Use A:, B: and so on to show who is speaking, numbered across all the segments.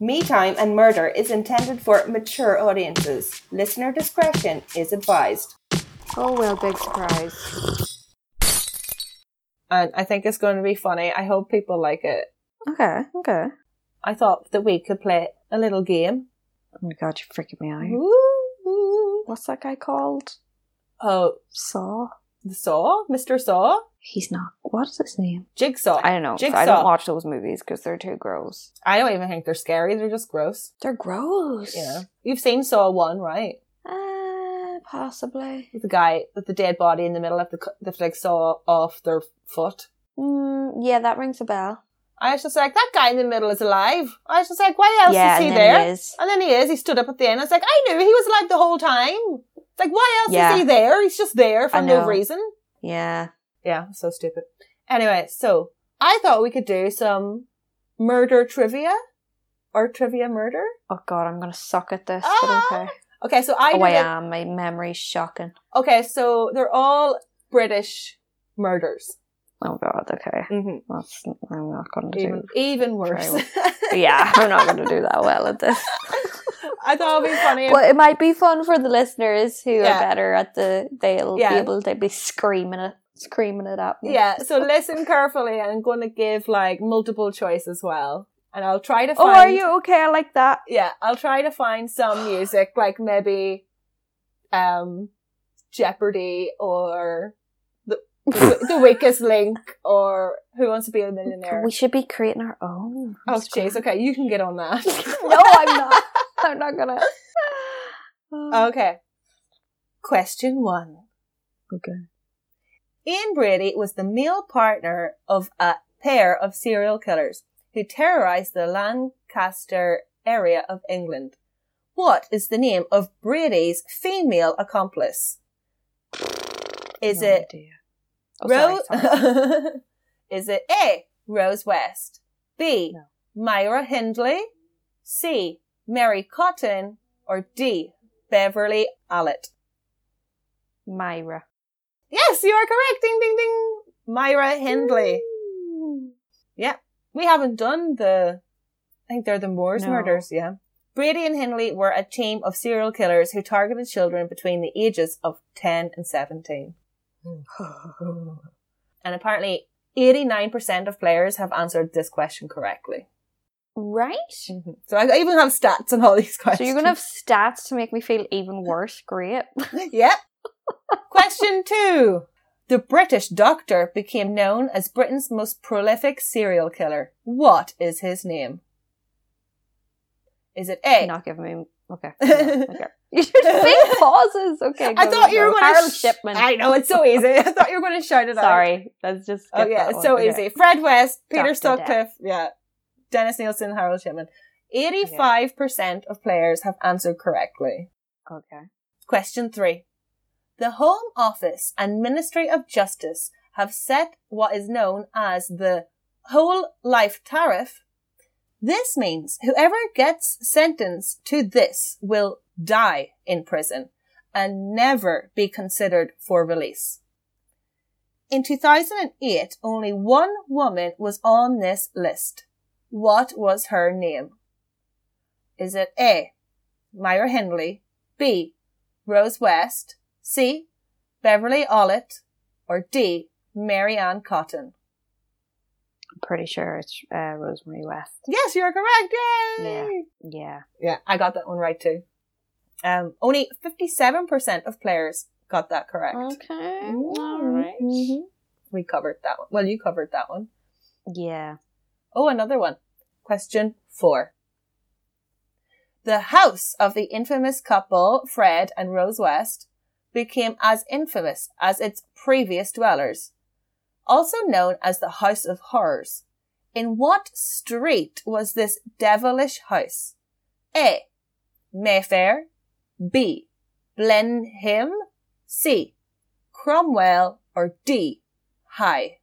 A: "Me Time and Murder" is intended for mature audiences. Listener discretion is advised.
B: Oh well, big surprise.
A: And I think it's going to be funny. I hope people like it.
B: Okay, okay.
A: I thought that we could play a little game.
B: Oh my god, you're freaking me out.
A: Ooh.
B: What's that guy called?
A: Oh,
B: Saw.
A: the Saw, Mr. Saw,
B: He's not. What is his name?
A: Jigsaw.
B: I don't know.
A: Jigsaw.
B: I don't watch those movies because they're too gross.
A: I don't even think they're scary. They're just gross.
B: They're gross.
A: You know, you've seen Saw One, right?
B: Uh, possibly.
A: With the guy with the dead body in the middle of the cu- the like saw off their foot.
B: Mm, yeah, that rings a bell.
A: I was just like, that guy in the middle is alive. I was just like, why else
B: yeah,
A: is he
B: and
A: there?
B: then it is.
A: And then he is. He stood up at the end. I was like, I knew he was alive the whole time. It's like, why else
B: Yeah.
A: is he there? He's just there for
B: I
A: no
B: know.
A: reason.
B: Yeah.
A: Yeah, so stupid. Anyway, so I thought we could do some murder trivia or trivia murder.
B: Oh god, I'm gonna suck at this.
A: Ah,
B: but okay.
A: Okay, so I
B: Oh,
A: did
B: I
A: it-
B: am. My memory's shocking.
A: Okay, so they're all British murders.
B: Oh god. Okay.
A: Mm-hmm.
B: That's. I'm not gonna
A: Even,
B: do.
A: even worse.
B: yeah, I'm not gonna do that well at this.
A: I thought it'd be funny.
B: Well, it might be fun for the listeners who
A: Yeah.
B: are better at the. They'll
A: Yeah.
B: be able to be screaming it, screaming it at me.
A: Yeah, so listen carefully. I'm going to give like multiple choice as well, and I'll try to.
B: Oh,
A: Find,
B: are you okay? I like that.
A: Yeah, I'll try to find some music, like maybe, um, Jeopardy or the, the weakest link or Who Wants to Be a Millionaire.
B: We should be creating our own.
A: Oh, jeez. Okay, you can get on that.
B: no, I'm not. I'm not gonna. Oh, Um,
A: Okay. Question one.
B: Okay.
A: Ian Brady was the male partner of a pair of serial killers who terrorized the Lancaster area of England. What is the name of Brady's female accomplice? Is
B: No
A: it
B: idea. Oh, sorry,
A: Rose?
B: sorry.
A: is it A. Rose West, B.
B: No.
A: Myra Hindley, C. Mary Cotton, or D. Beverly Allet?
B: Myra.
A: Yes, you are correct. Ding, ding, ding. Myra Hindley. We haven't done the. I think they're the Moors
B: No.
A: murders, yeah. Brady and Hindley were a team of serial killers who targeted children between the ages of 10 and 17. And apparently, 89% of players have answered this question correctly.
B: Right?
A: So I even have stats on all these questions.
B: Mm-hmm. So you're gonna have stats to make me feel even worse. Great.
A: yep. Question two. The British doctor became known as Britain's most prolific serial killer. What is his name? Is it A?
B: You're not giving me. Okay. no, okay. You should big pauses. Okay.
A: I
B: go,
A: thought
B: go,
A: you were
B: go.
A: going to.
B: Harold Shipman.
A: I know it's so easy. I thought you were going to shout it out.
B: Sorry. Let's just.
A: Oh
B: skip
A: yeah,
B: that
A: it's
B: one.
A: so
B: Okay.
A: easy. Fred West, Peter
B: Dr. Death.
A: Sutcliffe, yeah, Dennis Nielsen, Harold Shipman. Eighty-five percent of players have answered correctly.
B: Okay.
A: Question three. The Home Office and Ministry of Justice have set what is known as the whole life tariff. This means whoever gets sentenced to this will die in prison and never be considered for release. In 2008, only one woman was on this list. What was her name? Is it A. Myra Hindley, B. Rose West, C. Beverly Ollett, or D. Mary Ann Cotton.
B: I'm pretty sure it's uh, Rosemary West.
A: Yes, you're correct. Yay!
B: Yeah.
A: Yeah. I got that one right too. Um, only 57% of players got that correct.
B: Okay.
A: Mhm. We covered that one. Well, you covered that one.
B: Yeah.
A: Oh, another one. Question four. The house of the infamous couple, Fred and Rose West, became as infamous as its previous dwellers, also known as the House of Horrors. In what street was this devilish house? A. Mayfair. B. Blenheim. C. Cromwell. Or D. High.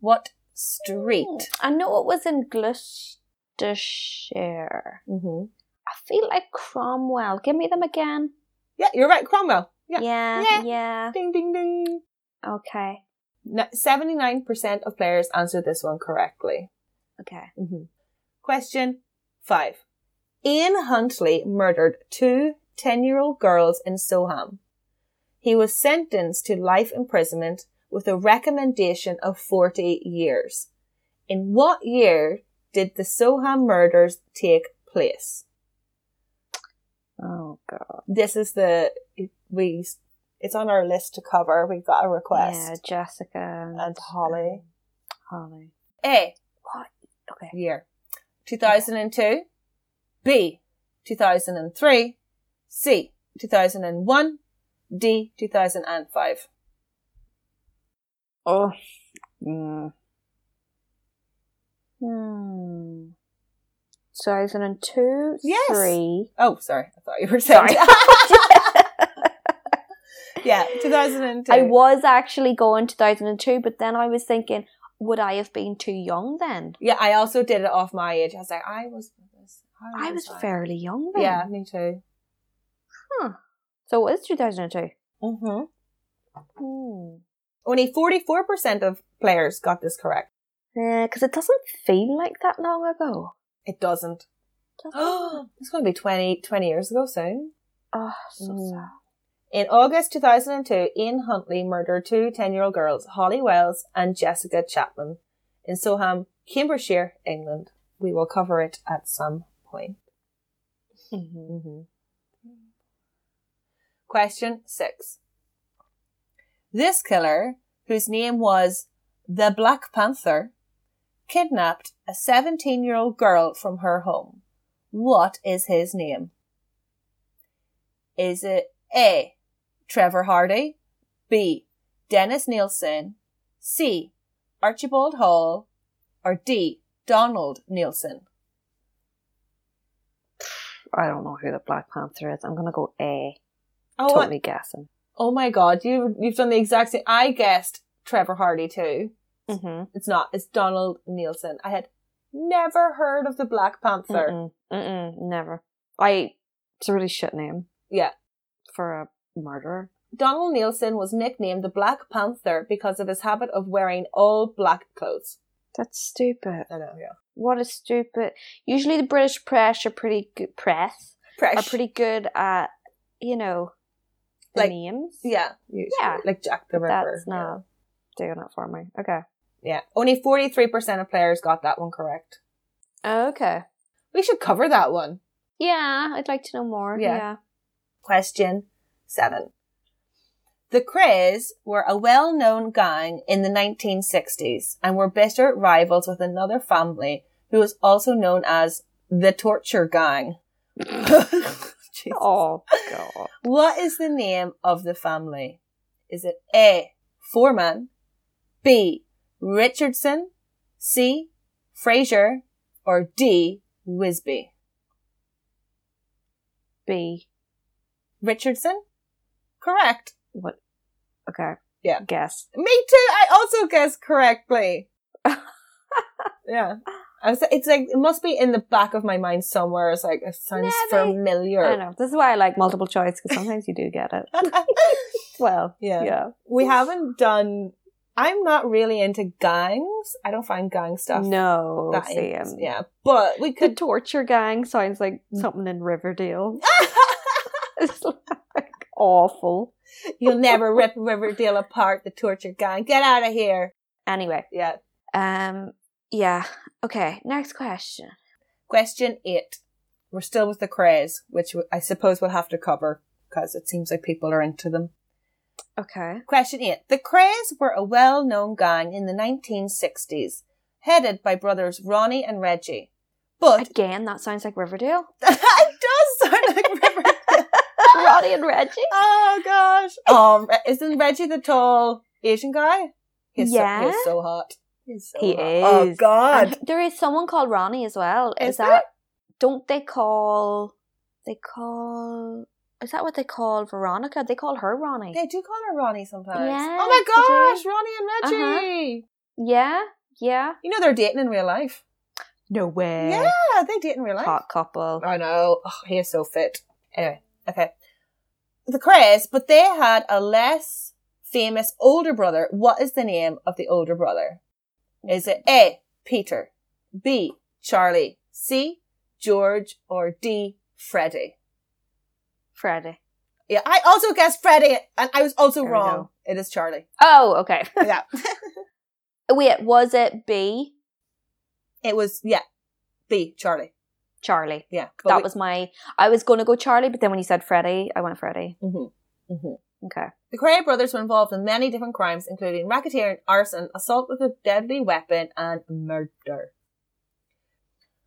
A: What street?
B: I know it was in Gloucestershire.
A: Mm-hmm.
B: I feel like Cromwell. Give me them again.
A: Yeah, you're right. Cromwell. Yeah.
B: Yeah.
A: Yeah.
B: Yeah.
A: Ding, ding, ding.
B: Okay.
A: Seventy-nine percent of players answered this one correctly.
B: Okay.
A: Mm-hmm. Question five. Ian Huntley murdered two 10 year old girls in Soham. He was sentenced to life imprisonment with a recommendation of 40 years. In what year did the Soham murders take place?
B: Oh god.
A: This is the, we, it's on our list to cover. We've got a
B: Yeah,
A: request.
B: Jessica and
A: And Holly.
B: Holly.
A: A.
B: What? Okay.
A: year 2002, B 2003, C 2001, D 2005.
B: Oh. Mm. Hmm. 2002,
A: Yes.
B: three.
A: Oh, sorry, I thought you were saying.
B: Sorry.
A: yeah, 2002.
B: I was actually going 2002, but then I was thinking, would I have been too young then?
A: yeah, I also did it off my age. I was like, I was.
B: I was
A: fine.
B: fairly young
A: Oh,
B: then.
A: Yeah, me too.
B: So it was 2002.
A: Mm-hmm.
B: Hmm.
A: Only 44% of players got this correct.
B: because it doesn't feel like that long ago.
A: It doesn't.
B: Does it?
A: it's going to be 20, 20 years ago soon.
B: oh, so
A: Mm.
B: sad.
A: In August 2002, Ian Huntley murdered two 10 year old girls, Holly Wells and Jessica Chapman, in Soham, Cambridgeshire, England. We will cover it at some point. Mm-hmm.
B: Mm-hmm.
A: Question 6. This killer, whose name was the Black Panther, kidnapped a 17 year old girl from her home. What is his name? Is it A. Trevor Hardy, B. Dennis Nielsen, C. Archibald Hall, or D. Donald Nielsen?
B: I don't know who the Black Panther is. I'm going to go A.
A: Oh, I-
B: totally guessing.
A: oh my god, you, you've done the exact same. I guessed Trevor Hardy too.
B: Mm-hmm.
A: It's not. It's Donald Nielsen. I had never heard of the Black Panther.
B: Mm-mm. Mm-mm. Never. I. It's a really shit name
A: Yeah.
B: for a murderer.
A: Donald Nielsen was nicknamed the Black Panther because of his habit of wearing all black clothes.
B: That's stupid.
A: I know, yeah.
B: What a stupid. Usually the British press are pretty good. Press are
A: Fresh.
B: pretty good at you know the
A: Like,
B: names.
A: yeah, usually.
B: Yeah.
A: Like Jack the Ripper.
B: That's not doing it for me. Okay.
A: Yeah. Only 43% of players got that one correct. Oh,
B: Okay.
A: We should cover that one.
B: Yeah, I'd like to know more.
A: Yeah.
B: Yeah.
A: Question seven. The Crays were a well-known gang in the 1960s and were bitter rivals with another family who was also known as the Torture Gang. Jesus.
B: Oh god.
A: What is the name of the family? Is it A. Foreman, B. Richardson, C. Fraser, or D. Wisby?
B: B.
A: Richardson? Correct.
B: What? Okay.
A: Yeah.
B: Guess.
A: Me too. I also guessed correctly. yeah. I was, it's like, it must be in the back of my mind somewhere. It's like, it sounds
B: Maybe. I
A: familiar.
B: know. This is why I like multiple choice because sometimes you do get it. Well.
A: Yeah.
B: Yeah.
A: we haven't done, I'm not really into gangs. I don't find gang stuff.
B: No.
A: that
B: same.
A: is- yeah, but we
B: The
A: could.
B: torture gang sounds like something in Riverdale. It's like awful.
A: You'll never rip Riverdale apart, the torture gang. Get out of here.
B: Anyway,
A: Yeah.
B: um, yeah. Okay, next question.
A: Question eight. We're still with the craze, which I suppose we'll have to cover because it seems like people are into them.
B: Okay.
A: Question 8. The Crays were a well known gang in the 1960s, headed by brothers Ronnie and Reggie. But
B: Again, that sounds like Riverdale.
A: it does sound like Riverdale.
B: Ronnie and Reggie.
A: Oh gosh. Oh, Re- isn't Reggie the tall Asian guy? He's So,
B: Yeah.
A: he's so hot. He's so
B: He
A: hot.
B: is.
A: Oh
B: And
A: god.
B: there is someone called Ronnie as well. Is,
A: Is there?
B: that? Don't they call? They call. Is that what they call Veronica? They call her Ronnie.
A: They do call her Ronnie sometimes.
B: Yes,
A: oh my
B: they do. Uh-huh.
A: gosh, Ronnie and Reggie.
B: yeah. Yeah.
A: You know they're dating in real life.
B: No way.
A: Yeah, they date in real life.
B: Hot couple.
A: I know. Oh, he is so fit. Anyway, okay. The Crays, but they had a less famous older brother. What is the name of the older brother? Is it A. Peter, B. Charlie, C. George or D. Freddie?
B: Friday.
A: Yeah, I also guessed Freddie, and I was also
B: There we
A: wrong. It is Charlie.
B: Oh, okay.
A: Yeah,
B: Oh, Wait, was it B?
A: it was yeah, B. Charlie.
B: Charlie.
A: Yeah,
B: that was my. I was going to go Charlie, but then when you said Freddie, I went Freddie.
A: Mm-hmm. Mm-hmm.
B: Okay.
A: The Correa brothers were involved in many different crimes, including racketeering, arson, assault with a deadly weapon, and murder.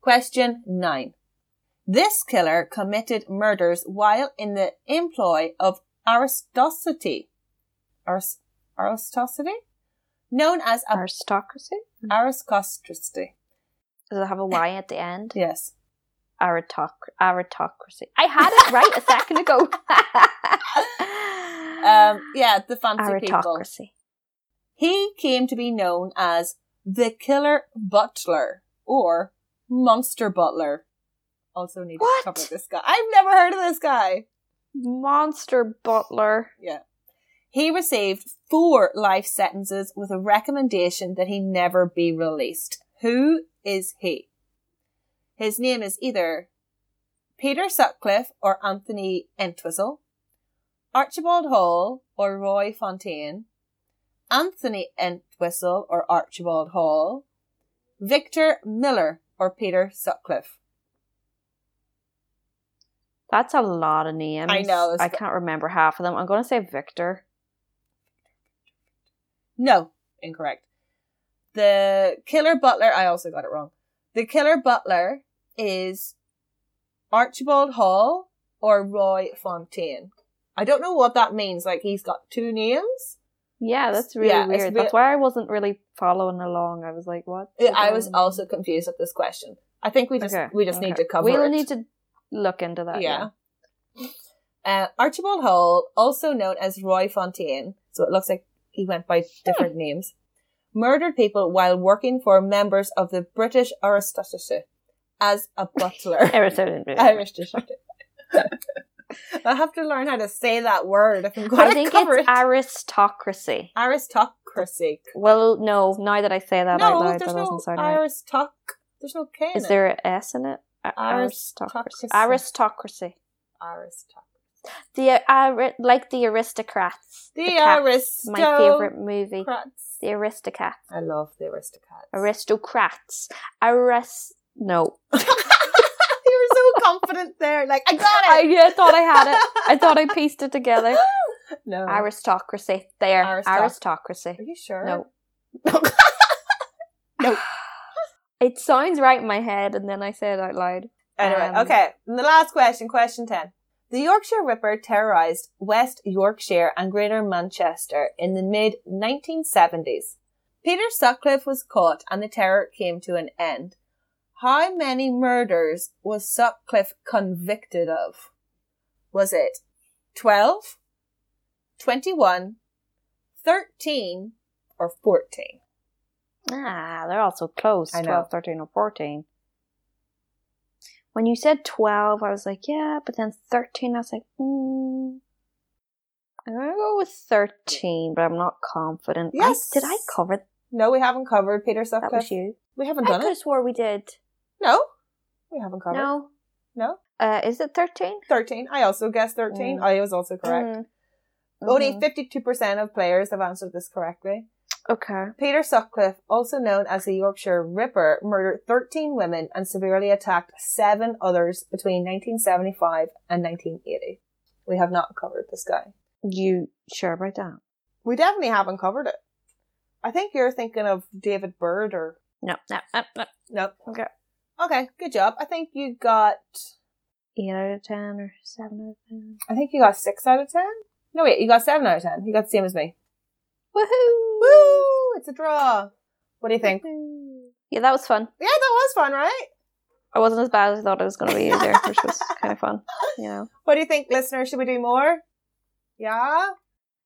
A: Question 9. This killer committed murders while in the employ of Aristocity. Aris- Aristocity? Known as a
B: Aristocracy?
A: Aristocracy.
B: Does it have a Y at the end?
A: Yes.
B: Aritoc- Aristocracy. I had it right a second ago.
A: Um, yeah, the fancy people.
B: Aristocracy.
A: He came to be known as the Killer Butler or Monster Butler. Also need
B: What?
A: to cover this guy. I've never heard of this guy.
B: Monster Butler.
A: He received four life sentences with a recommendation that he never be released. Who is he? His name is either Peter Sutcliffe or Anthony Entwistle, Archibald Hall or Roy Fontaine, Anthony Entwistle or Archibald Hall, Victor Miller or Peter Sutcliffe.
B: That's a lot of names.
A: I know, it's-
B: I can't remember half of them. I'm going to say Victor.
A: No, incorrect. The killer butler, I also got it wrong. The killer butler is Archibald Hall or Roy Fontaine. I don't know what that means. Like he's got two names.
B: Yeah,
A: It's-
B: that's really
A: yeah, it's
B: weird.
A: a bit-
B: That's why I wasn't really following along. I was like, what?
A: I- I was also confused at this question. I think we just
B: Okay,
A: we just need
B: okay.
A: to cover
B: We'll
A: it.
B: need to look into that. Yeah.
A: yeah. Uh, Archibald Hall, also known as Roy Fontaine, so it looks like he went
B: Hmm.
A: by different names, murdered people while working for members of the British aristocracy as a butler.
B: Arizona.
A: aristocracy. I have to learn how to say that word if I'm going
B: I
A: to
B: think
A: cover
B: it's
A: it.
B: aristocracy.
A: aristocracy.
B: Well, no. Now that I say that out
A: No,
B: loud, that
A: there's
B: doesn't
A: no
B: sound right.
A: aristoc. There's no K in
B: Is
A: it.
B: there an S in it? A- Aristocracy.
A: Aristocracy.
B: Aristocracy.
A: Aristoc?
B: The uh, ari- like the aristocrats.
A: The,
B: Cats,
A: aristocrats.
B: My favorite movie. The aristocrats.
A: I love the aristocrats.
B: Aristocrats. Arist. No.
A: you were so confident there. Like, I got
B: I,
A: it.
B: yeah, I thought I had it. I thought I pieced it together.
A: no.
B: Aristocracy. There.
A: Aristoc-
B: Aristocracy.
A: Are you sure?
B: No.
A: No.
B: It sounds right in my head, and then I say it out loud.
A: Anyway,
B: Um,
A: okay. And the last question, question 10. The Yorkshire Ripper terrorised West Yorkshire and Greater Manchester in the mid 1970s. Peter Sutcliffe was caught and the terror came to an end. How many murders was Sutcliffe convicted of? Was it 12, 21, 13, or 14?
B: Ah, they're also close.
A: I know.
B: 12, 13, or 14. When you said 12, I was like, yeah, but then 13, I was like, hmm. I'm going to go with 13, but I'm not confident. I-
A: Yes.
B: did I cover th-
A: No, we haven't covered Peter
B: that? was
A: Sutcliffe.
B: you.
A: We
B: I
A: haven't
B: could
A: done
B: have
A: it.
B: swore we did.
A: No, we haven't covered
B: No.
A: No?
B: Uh, is it 13?
A: 13. I also guessed 13.
B: Mm.
A: I was also correct.
B: Mm.
A: Only
B: Mhm.
A: 52% of players have answered this correctly.
B: Mm-hmm. Okay.
A: Peter Sutcliffe, also known as the Yorkshire Ripper, murdered 13 women and severely attacked seven others between 1975 and 1980. We have not covered this guy.
B: You sure about that?
A: We definitely haven't covered it. I think you're thinking of David Byrd or
B: No, no, Uh, no, no.
A: no.
B: Okay.
A: Okay, good job. I think you got
B: 8 out of 10 or 7 out of 10.
A: I think you got six out of ten. No wait, you got seven out of ten. You got the same as me.
B: Woohoo!
A: Woo! It's a draw. What do you think?
B: Woohoo. Yeah, that was fun.
A: Yeah, that was fun, right?
B: I wasn't as bad as I thought it was going to be either, which was kind of fun. You know,
A: What do you think, listeners? Should we do more? Yeah.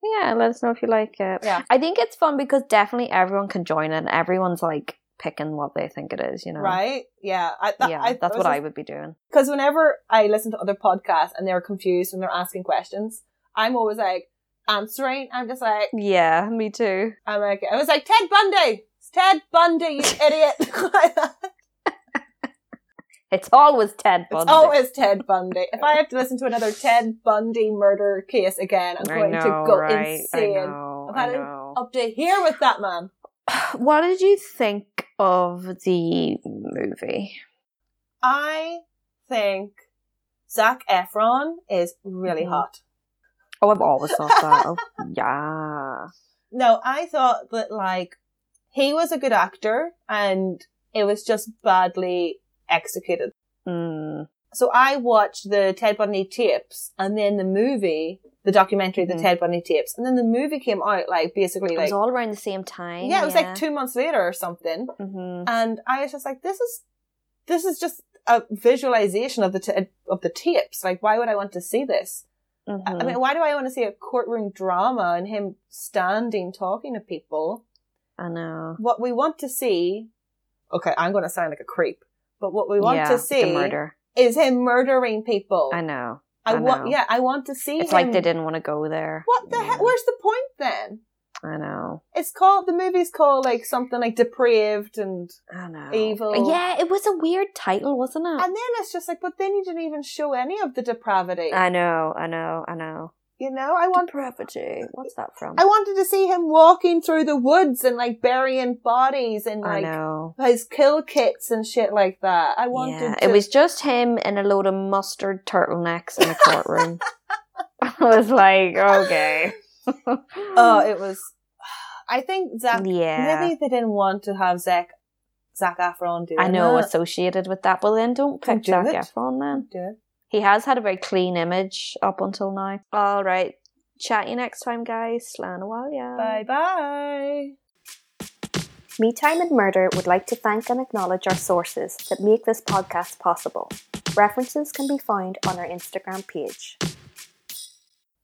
B: yeah. Let us know if you like it.
A: Yeah.
B: I think it's fun because definitely everyone can join it. and Everyone's like picking what they think it is. You know,
A: Right. Yeah. I,
B: yeah, that's what I would be doing.
A: Because whenever I listen to other podcasts and they're confused when they're asking questions, I'm always like answering. I'm just like,
B: Yeah, me too.
A: I'm like, I was like Ted Bundy. It's Ted Bundy, you idiot.
B: It's always Ted Bundy.
A: It's always Ted Bundy. If I have to listen to another Ted Bundy murder case again, I'm
B: I
A: going
B: know,
A: to go
B: right? I
A: insane.
B: know.
A: I've
B: I
A: had it
B: know.
A: Up to here with that man.
B: What did you think of the movie?
A: I think Zach Efron is really
B: Mhm.
A: hot.
B: Oh, I've always thought that. Oh, yeah.
A: No, I thought that like he was a good actor and it was just badly executed.
B: Mm.
A: So I watched the Ted Bundy tapes and then the movie, the documentary, the
B: Mhm.
A: Ted Bundy tapes, and then the movie came out like basically
B: It
A: like
B: was all around the same time.
A: yeah, it was like two months later or something.
B: Mhm.
A: And I was just like, this is this is just a visualization of the t- of the tapes. Like, why would I want to see this? I- I
B: Mhm.
A: mean, why do I want to see a courtroom drama and him standing talking to people?
B: I know.
A: What we want to see, okay, I'm going to sound like a creep, but what we want
B: yeah,
A: to
B: with the
A: see
B: murder.
A: is him murdering people.
B: I know.
A: I
B: I
A: want,
B: know.
A: yeah, I want to see
B: It's
A: him.
B: like they didn't want to go there.
A: What the heck?
B: Yeah,
A: Where's the point then?
B: I know.
A: It's called the movie's called like something like depraved, and
B: I know.
A: Evil.
B: Yeah, it was a weird title, wasn't it?
A: and then it's just like, but then you didn't even show any of the depravity.
B: I know. I know. I know.
A: you know, I want.
B: Depravity. What's that from?
A: I wanted to see him walking through the woods and like burying bodies and
B: I
A: like
B: know.
A: his kill kits and shit like that. I wanted
B: Yeah,
A: to.
B: it was just him and a load of mustard turtlenecks in a courtroom. I was like, okay.
A: Oh, it was. I think Zach.
B: yeah.
A: Maybe they didn't want to have Zach. Zach Efron do.
B: I know
A: That.
B: associated with that. Well, then don't
A: Don't
B: pick
A: do
B: Zac
A: it.
B: Efron. Then
A: Do it.
B: he has had a very clean image up until now. All right, chat you next time, guys. Slán a while, yeah.
A: Bye bye.
C: Me Time and Murder would like to thank and acknowledge our sources that make this podcast possible. References can be found on our Instagram page.